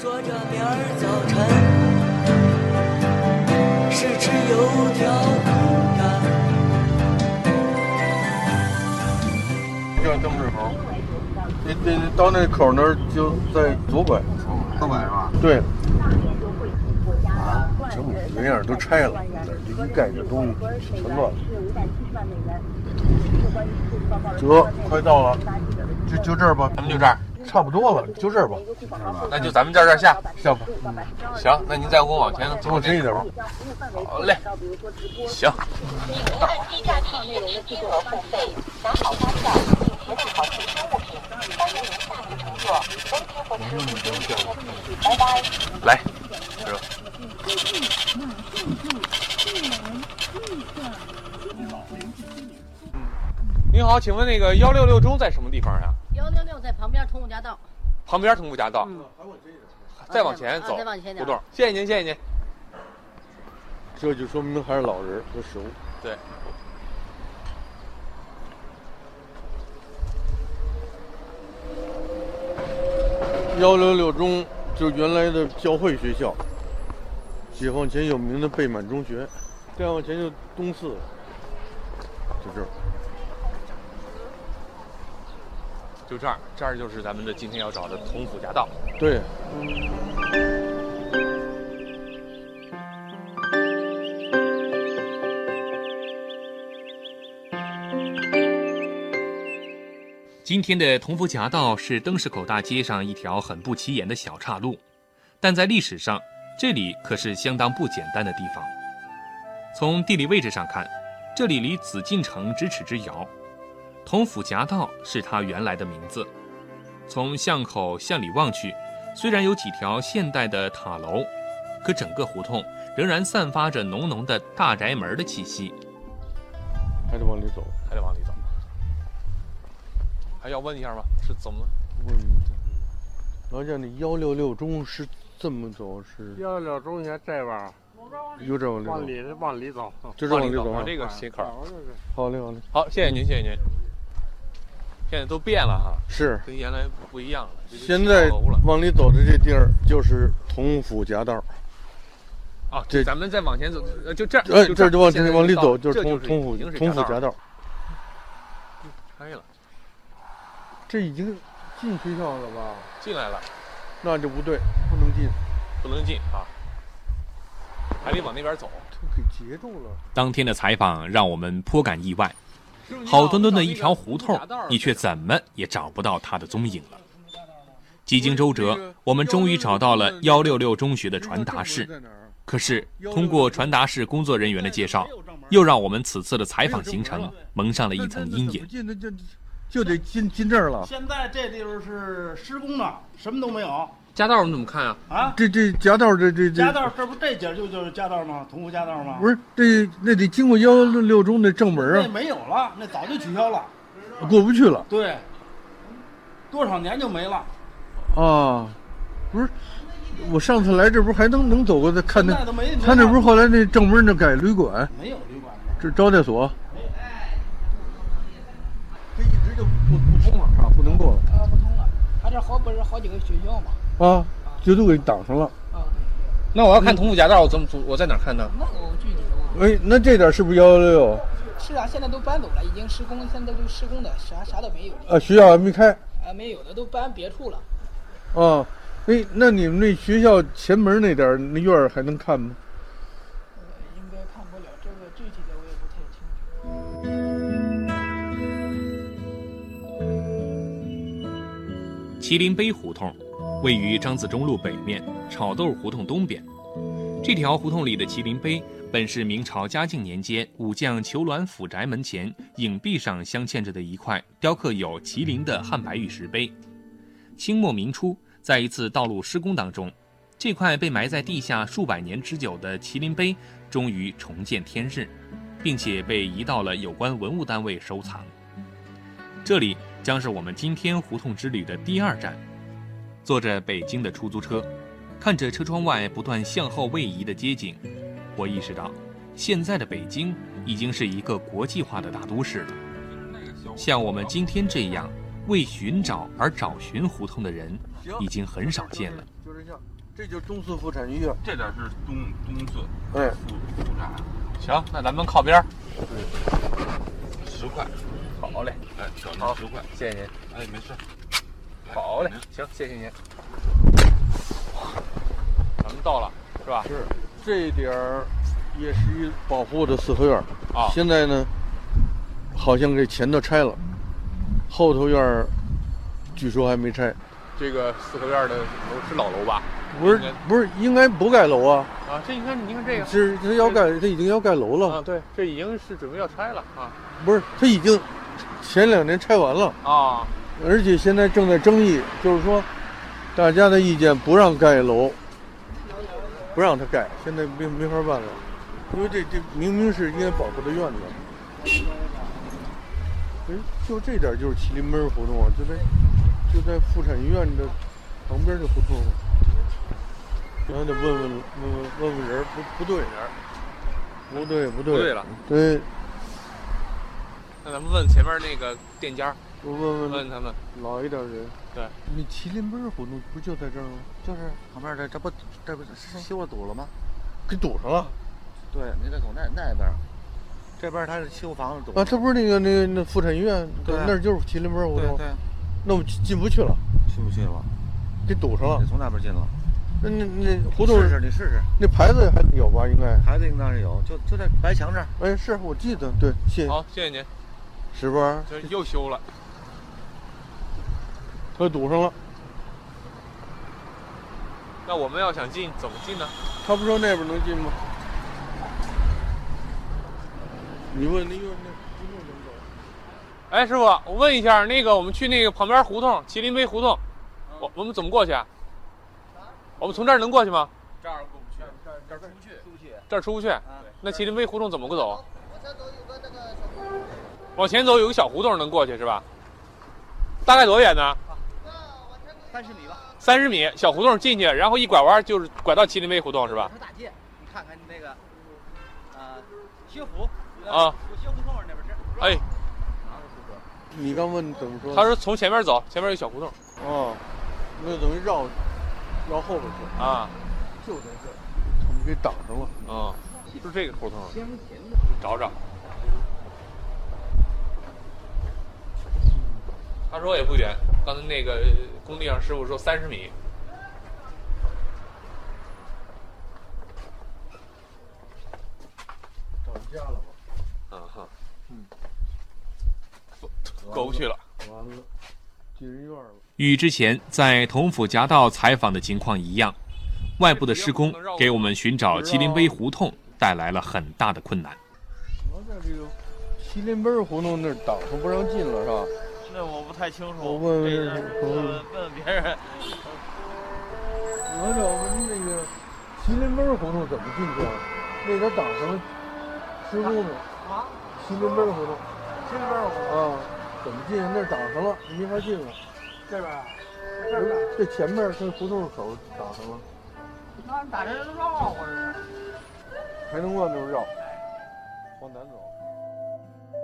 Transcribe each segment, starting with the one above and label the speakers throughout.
Speaker 1: 说着明儿早晨是吃油条
Speaker 2: 叫灯市口，你你到那口那儿就在左拐，
Speaker 3: 东北是吧？
Speaker 2: 对。啊，整五十个样儿都拆了，这一盖这东西全乱了。得，快到了，
Speaker 3: 就就这儿吧，
Speaker 4: 嗯咱们就这儿，
Speaker 2: 差不多了，就这儿吧。
Speaker 4: 那就咱们这儿这儿下。嗯
Speaker 2: 下吧，
Speaker 4: 行，那您再给我往前
Speaker 2: 等我
Speaker 4: 走
Speaker 2: 深一
Speaker 4: 这
Speaker 2: 点吧。
Speaker 4: 好嘞，行。嗯来，是吧？您好，请问那个幺六六中在什么地方啊呀、
Speaker 5: 幺六六在旁边通武家道，
Speaker 4: 旁边通古家道。再往前走，
Speaker 5: 嗯啊再往前点
Speaker 4: 胡同。谢谢您，谢谢您。
Speaker 2: 这就说明还是老人，都熟。
Speaker 4: 对。
Speaker 2: 幺六六中就原来的教会学校，解放前有名的贝满中学，再往前就东四，就这儿。
Speaker 4: 就这儿，这儿就是咱们的今天要找的通府夹道。
Speaker 2: 对，
Speaker 4: 今天的同府夹道是灯市口大街上一条很不起眼的小岔路，但在历史上，这里可是相当不简单的地方。从地理位置上看，这里离紫禁城咫尺之遥，同府夹道是它原来的名字。从巷口向里望去，虽然有几条现代的塔楼，可整个胡同仍然散发着浓浓的大宅门的气息。
Speaker 2: 还得往里走。
Speaker 4: 还得往里走。还要问一下吗？是怎么了？
Speaker 2: 问一下，然后像你幺六六中是这么走，是
Speaker 3: 幺六中学这边儿
Speaker 2: 有这往里
Speaker 3: 往
Speaker 2: 走，
Speaker 3: 里往里走，
Speaker 2: 就是往里走啊
Speaker 4: 往。这啊个斜口。
Speaker 3: 早就是
Speaker 2: 好嘞，好嘞，
Speaker 4: 好，谢谢您，谢谢您。现在都变了哈，
Speaker 2: 是。
Speaker 4: 跟原来不一样了。这就
Speaker 2: 现在
Speaker 4: 小楼了
Speaker 2: 往里走的这地儿就是同府夹道，
Speaker 4: 啊，
Speaker 2: 这
Speaker 4: 咱们再往前走，呃就这儿，
Speaker 2: 哎，
Speaker 4: 这
Speaker 2: 这就往
Speaker 4: 前
Speaker 2: 往里走就是
Speaker 4: 这
Speaker 2: 同
Speaker 4: 就是
Speaker 2: 同府
Speaker 4: 已经是
Speaker 2: 同府
Speaker 4: 夹
Speaker 2: 夹
Speaker 4: 道
Speaker 2: 道，
Speaker 4: 开了，
Speaker 2: 这已经进学校了吧？
Speaker 4: 进来了，
Speaker 2: 那就不对，不能进，
Speaker 4: 不能进啊，还得往那边走。
Speaker 2: 都给截住了。
Speaker 4: 当天的采访让我们颇感意外，好端端的一条胡同，你却怎么也找不到它的踪影了。几经周折，我们终于找到了幺六六中学的传达室。
Speaker 2: 在哪儿？
Speaker 4: 可是，通过传达室工作人员的介绍，又让我们此次的采访行程蒙上了一层阴影。
Speaker 2: 进的就就得进进这儿了。
Speaker 6: 现在这地方是施工呢，什么都没有
Speaker 4: 家道，你怎么看啊？
Speaker 6: 啊。
Speaker 2: 这这夹道这这
Speaker 6: 家
Speaker 2: 这
Speaker 6: 道这不这节就就是家道吗？同福家道吗？
Speaker 2: 不是这那得经过幺六六中的正门
Speaker 6: 那
Speaker 2: 啊，
Speaker 6: 没有了，那早就取消了。
Speaker 2: 过不去了
Speaker 6: 对，多少年就没了。
Speaker 2: 啊。不是，我上次来这不是还能能走过的看
Speaker 6: 现
Speaker 2: 那
Speaker 6: 在都没，没
Speaker 2: 他那
Speaker 6: 了
Speaker 2: 不是后来那正门那改旅馆，
Speaker 6: 没有旅馆了。
Speaker 2: 这招待所。这一直就不不通了啊，不能过了
Speaker 7: 啊，不通了。他这好不是好几个学校嘛？
Speaker 2: 啊，就都给挡上了。
Speaker 7: 啊，
Speaker 4: 那我要看同府夹道，我怎么我在哪看呢？
Speaker 7: 那我具体的忘了。
Speaker 2: 哎，那这点是不是幺六六
Speaker 7: 是啊，现在都搬走了，已经施工，现在都施工的，啥啥都没有了。
Speaker 2: 啊？学校还没开
Speaker 7: 啊，没有的都搬别处了。
Speaker 2: 啊？哎，那你们那学校前门那点儿那院儿还能看吗？
Speaker 7: 呃，应该看不了这个具体的，我也不太清楚。
Speaker 4: 麒麟碑胡同位于张自忠路北面，炒豆胡同东边。这条胡同里的麒麟碑，本是明朝嘉靖年间武将裘鸾府宅门前影壁上镶嵌着的一块雕刻有麒麟的汉白玉石碑。清末民初，在一次道路施工当中，这块被埋在地下数百年之久的麒麟碑终于重见天日，并且被移到了有关文物单位收藏。这里将是我们今天胡同之旅的第二站。坐着北京的出租车，看着车窗外不断向后位移的街景，我意识到，现在的北京已经是一个国际化的大都市了。像我们今天这样为寻找而找寻胡同的人，
Speaker 2: 行
Speaker 4: 已经很少见了。
Speaker 2: 就这项，这就是中四副产区院。
Speaker 8: 这点是东东四
Speaker 4: 嗯
Speaker 2: 哎，
Speaker 8: 副副产，
Speaker 4: 啊行，那咱们靠边儿。
Speaker 8: 十块，
Speaker 4: 好嘞，
Speaker 8: 哎，小的十块，
Speaker 4: 谢谢您。
Speaker 8: 哎，没事。
Speaker 4: 好嘞，行，谢谢您。咱们到了，是吧？
Speaker 2: 是这点儿也是一保护的四合院儿。
Speaker 4: 啊
Speaker 2: 现在呢，好像给前头拆了，后头院儿据说还没拆。
Speaker 4: 这个四合院的楼是老楼吧？
Speaker 2: 不是
Speaker 4: 应该
Speaker 2: 不是，应该不盖楼啊，
Speaker 4: 啊，这你看，你看这个
Speaker 2: 是他要盖，他已经要盖楼了
Speaker 9: 嗯
Speaker 4: 啊，。对，这已经是准备要拆了啊
Speaker 2: 不是，他已经前两年拆完了，
Speaker 4: 啊
Speaker 2: 而且现在正在争议，就是说大家的意见不让盖楼，不让他盖，现在没没法办了，因为这这明明是应该保护的院子。哎，就这点就是麒麟门胡同啊，就在就在妇产医院的旁边的胡同。然后得问问问问问问人儿，不不对，不对不对
Speaker 4: 不对了，
Speaker 2: 对，
Speaker 4: 那咱们问前面那个店家，
Speaker 2: 我问问
Speaker 4: 问他们，
Speaker 2: 老一点人。
Speaker 4: 对，
Speaker 2: 你麒麟门胡同不就在这儿吗？
Speaker 10: 就是旁边这这不这不是修了堵了吗？
Speaker 2: 给堵上了
Speaker 10: 对，你得走那那边儿，这边儿它是修房子堵
Speaker 2: 啊！这不是那个那个那妇产医院，
Speaker 10: 对啊
Speaker 2: 那儿就是麒麟门胡
Speaker 10: 对
Speaker 2: 同，
Speaker 10: 对，
Speaker 2: 那我进进不去了，
Speaker 10: 去不去了？
Speaker 2: 给堵上了
Speaker 10: 得。从那边进了。
Speaker 2: 那那那胡同
Speaker 10: 试试，你试试，
Speaker 2: 那牌子还有吧？应该，
Speaker 10: 孩子应当是有，就就在白墙这儿。
Speaker 2: 哎，是我记得，对，谢
Speaker 4: 好，谢谢您，
Speaker 2: 石班，
Speaker 4: 这又修了，
Speaker 2: 他堵上了。
Speaker 4: 那我们要想进怎么进呢？
Speaker 2: 他不说那边能进吗？你问那院那一路能走？
Speaker 4: 哎，师傅，我问一下，那个我们去那个旁边胡同麒麟碑胡同，
Speaker 10: 嗯
Speaker 4: 我我们怎么过去啊？我们从这儿能过去吗？这儿过不去，这
Speaker 10: 嗯
Speaker 4: 儿出不去，这儿出不去。那麒麟碑胡同怎么个走？啊往前走有个小胡同能过去是吧？大概多远呢？
Speaker 10: 三十米吧，
Speaker 4: 三十米，小胡同进去，然后一拐弯就是拐到麒麟碑胡同是吧？
Speaker 10: 大街，你看看那个，呃，学府
Speaker 4: 啊，
Speaker 10: 有学府后面那边是。
Speaker 4: 哎，
Speaker 2: 你刚问怎么说？
Speaker 4: 他说从前面走，前面有小胡同
Speaker 2: 哦，那等于绕绕后边去，
Speaker 4: 啊，
Speaker 2: 就在这儿，他们给挡上了。
Speaker 4: 嗯，就是这个胡同，找找。他说也不远，刚才那个工地上师傅说三十米。
Speaker 2: 找家了吧？
Speaker 4: 啊哈，嗯，过不去了。
Speaker 2: 完了，进人院了。
Speaker 4: 与之前在同府夹道采访的情况一样，外部的施工给我们寻找麒麟碑胡同带来了很大的困难。
Speaker 2: 我在这个麒麟门胡同那儿挡上不让进了是吧？
Speaker 10: 那我不太清楚
Speaker 2: 我问问这个我问
Speaker 10: 问别人。
Speaker 2: 我找问那个麒麟门胡同怎么进去啊？那边挡上了施工呢。
Speaker 10: 啊，
Speaker 2: 麒麟门胡同
Speaker 10: 这边我
Speaker 2: 啊，怎么进？那儿挡上了，没法进了。
Speaker 10: 这边，啊
Speaker 2: 不是这前面跟胡同口挡上了，
Speaker 10: 那打这绕过来。
Speaker 2: 还能往那边绕，往南走。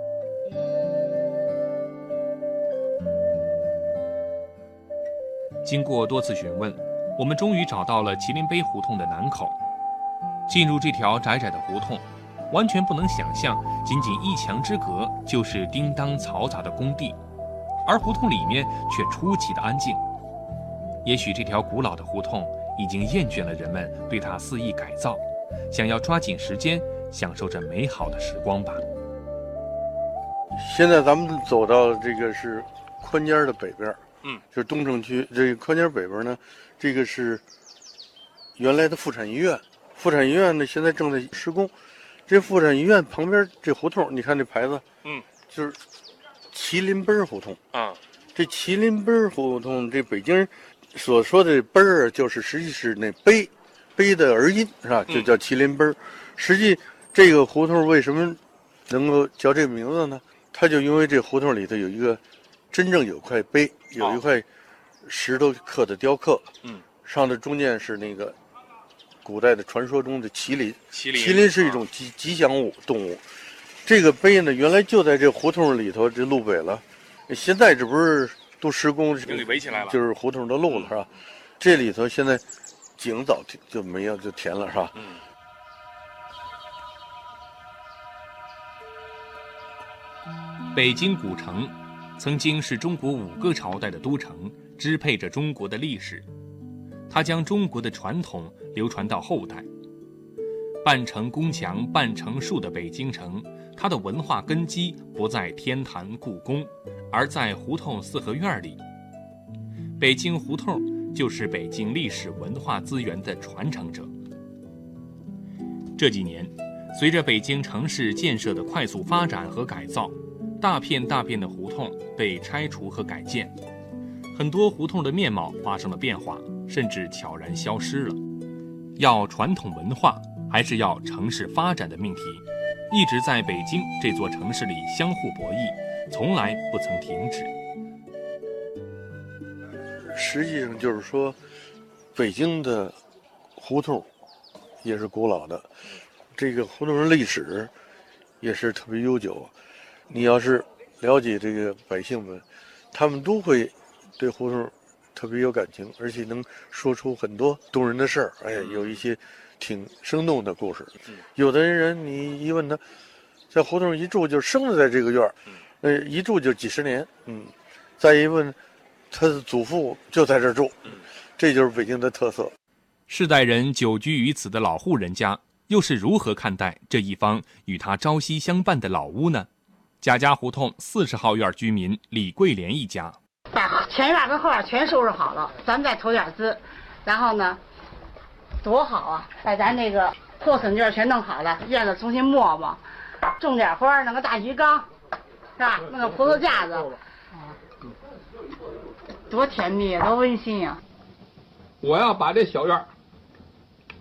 Speaker 4: 经过多次询问，我们终于找到了麒麟碑胡同的南口。进入这条窄窄的胡同，完全不能想象，仅仅一墙之隔就是叮当嘈杂的工地，而胡同里面却出奇的安静。也许这条古老的胡同已经厌倦了人们对它肆意改造，想要抓紧时间享受着美好的时光吧。
Speaker 2: 现在咱们走到这个是宽街儿的北边，
Speaker 4: 嗯，
Speaker 2: 就是东城区这个宽街儿北边呢，这个是原来的妇产医院，妇产医院呢现在正在施工，这妇产医院旁边这胡同，你看这牌子，
Speaker 4: 嗯，
Speaker 2: 就是麒麟奔儿胡同。
Speaker 4: 啊，
Speaker 2: 这麒麟奔儿胡同，这北京人所说的奔儿啊，就是实际是那杯杯的儿音是吧？
Speaker 4: 嗯
Speaker 2: 就叫麒麟奔儿。实际这个胡同为什么能够叫这个名字呢？它就因为这胡同里头有一个真正有块碑，有一块石头刻的雕刻，
Speaker 4: 嗯，
Speaker 2: 上头中间是那个古代的传说中的麒麟，
Speaker 4: 麒
Speaker 2: 麒麟啊是一
Speaker 8: 啊
Speaker 2: 种吉吉祥物动物。这个碑呢，原来就在这胡同里头，这路北了。现在这不是都施工，
Speaker 8: 给围起来了
Speaker 2: 就是胡同都漏了是吧？这里头现在井早就就没有就填了是吧？
Speaker 8: 嗯，
Speaker 4: 北京古城曾经是中国五个朝代的都城，支配着中国的历史。它将中国的传统流传到后代。半城宫墙半城树的北京城，它的文化根基不在天坛故宫，而在胡同四合院里。北京胡同就是北京历史文化资源的传承者。这几年，随着北京城市建设的快速发展和改造，大片大片的胡同被拆除和改建，很多胡同的面貌发生了变化，甚至悄然消失了。要传统文化，还是要城市发展的命题，一直在北京这座城市里相互博弈，从来不曾停止。
Speaker 2: 实际上就是说，北京的胡同也是古老的，这个胡同的历史也是特别悠久。你要是了解这个百姓们，他们都会对胡同特别有感情，而且能说出很多动人的事儿。哎，有一些挺生动的故事。有的人你一问他，在胡同一住就生了在这个院儿，呃，一住就几十年。嗯，再一问。他的祖父就在这儿住，这就是北京的特色。
Speaker 4: 世代人久居于此的老户人家，又是如何看待这一方与他朝夕相伴的老屋呢？贾家胡同四十号院居民李桂莲一家，
Speaker 11: 把前院跟后院全收拾好了，咱们再投点资，然后呢，多好啊！把咱那个破损地儿全弄好了，院子重新抹抹，种点花儿，弄个大鱼缸，是吧？弄个葡萄架子，多甜蜜呀，多温馨呀、啊
Speaker 9: 我要把这小院儿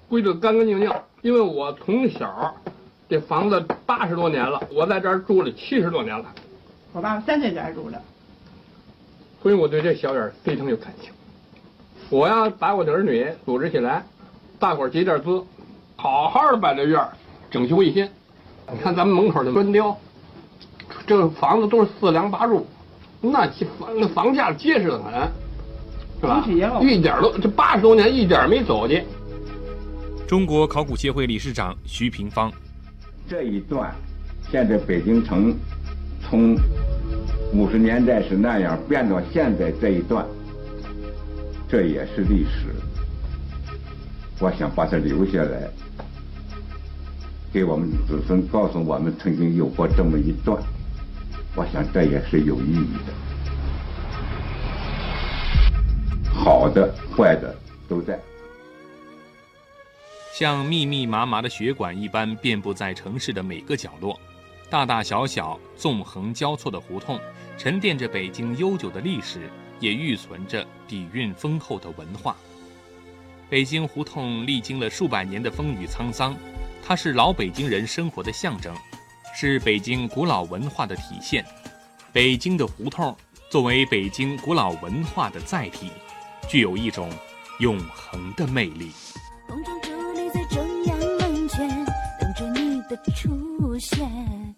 Speaker 9: 归置干干净净，因为我从小这房子八十多年了，我在这儿住了七十多年了，
Speaker 7: 我爸爸三岁就爱住着，
Speaker 9: 所以我对这小院儿非常有感情。我要把我的儿女组织起来，大伙儿集点资，好好的把这院儿整修一新。你看咱们门口的砖雕，这个房子都是四梁八柱，那其房那房价结实的很，是吧
Speaker 7: 东西也好？
Speaker 9: 一点儿都这八十多年一点儿没走去。
Speaker 4: 中国考古协会理事长徐平芳。
Speaker 12: 这一段，现在北京城从五十年代是那样变啊到现在这一段，这也是历史。我想把它留下来，给我们子孙告诉我们曾经有过这么一段，我想这也是有意义的。好的、坏的都在。
Speaker 4: 像密密麻麻的血管一般遍布在城市的每个角落，大大小小、纵横交错的胡同，沉淀着北京悠久的历史，也预存着底蕴丰厚的文化。北京胡同历经了数百年的风雨沧桑，它是老北京人生活的象征，是北京古老文化的体现。北京的胡同作为北京古老文化的载体，具有一种永恒的魅力。
Speaker 13: 风中伫立在中央门前，等着你的出现。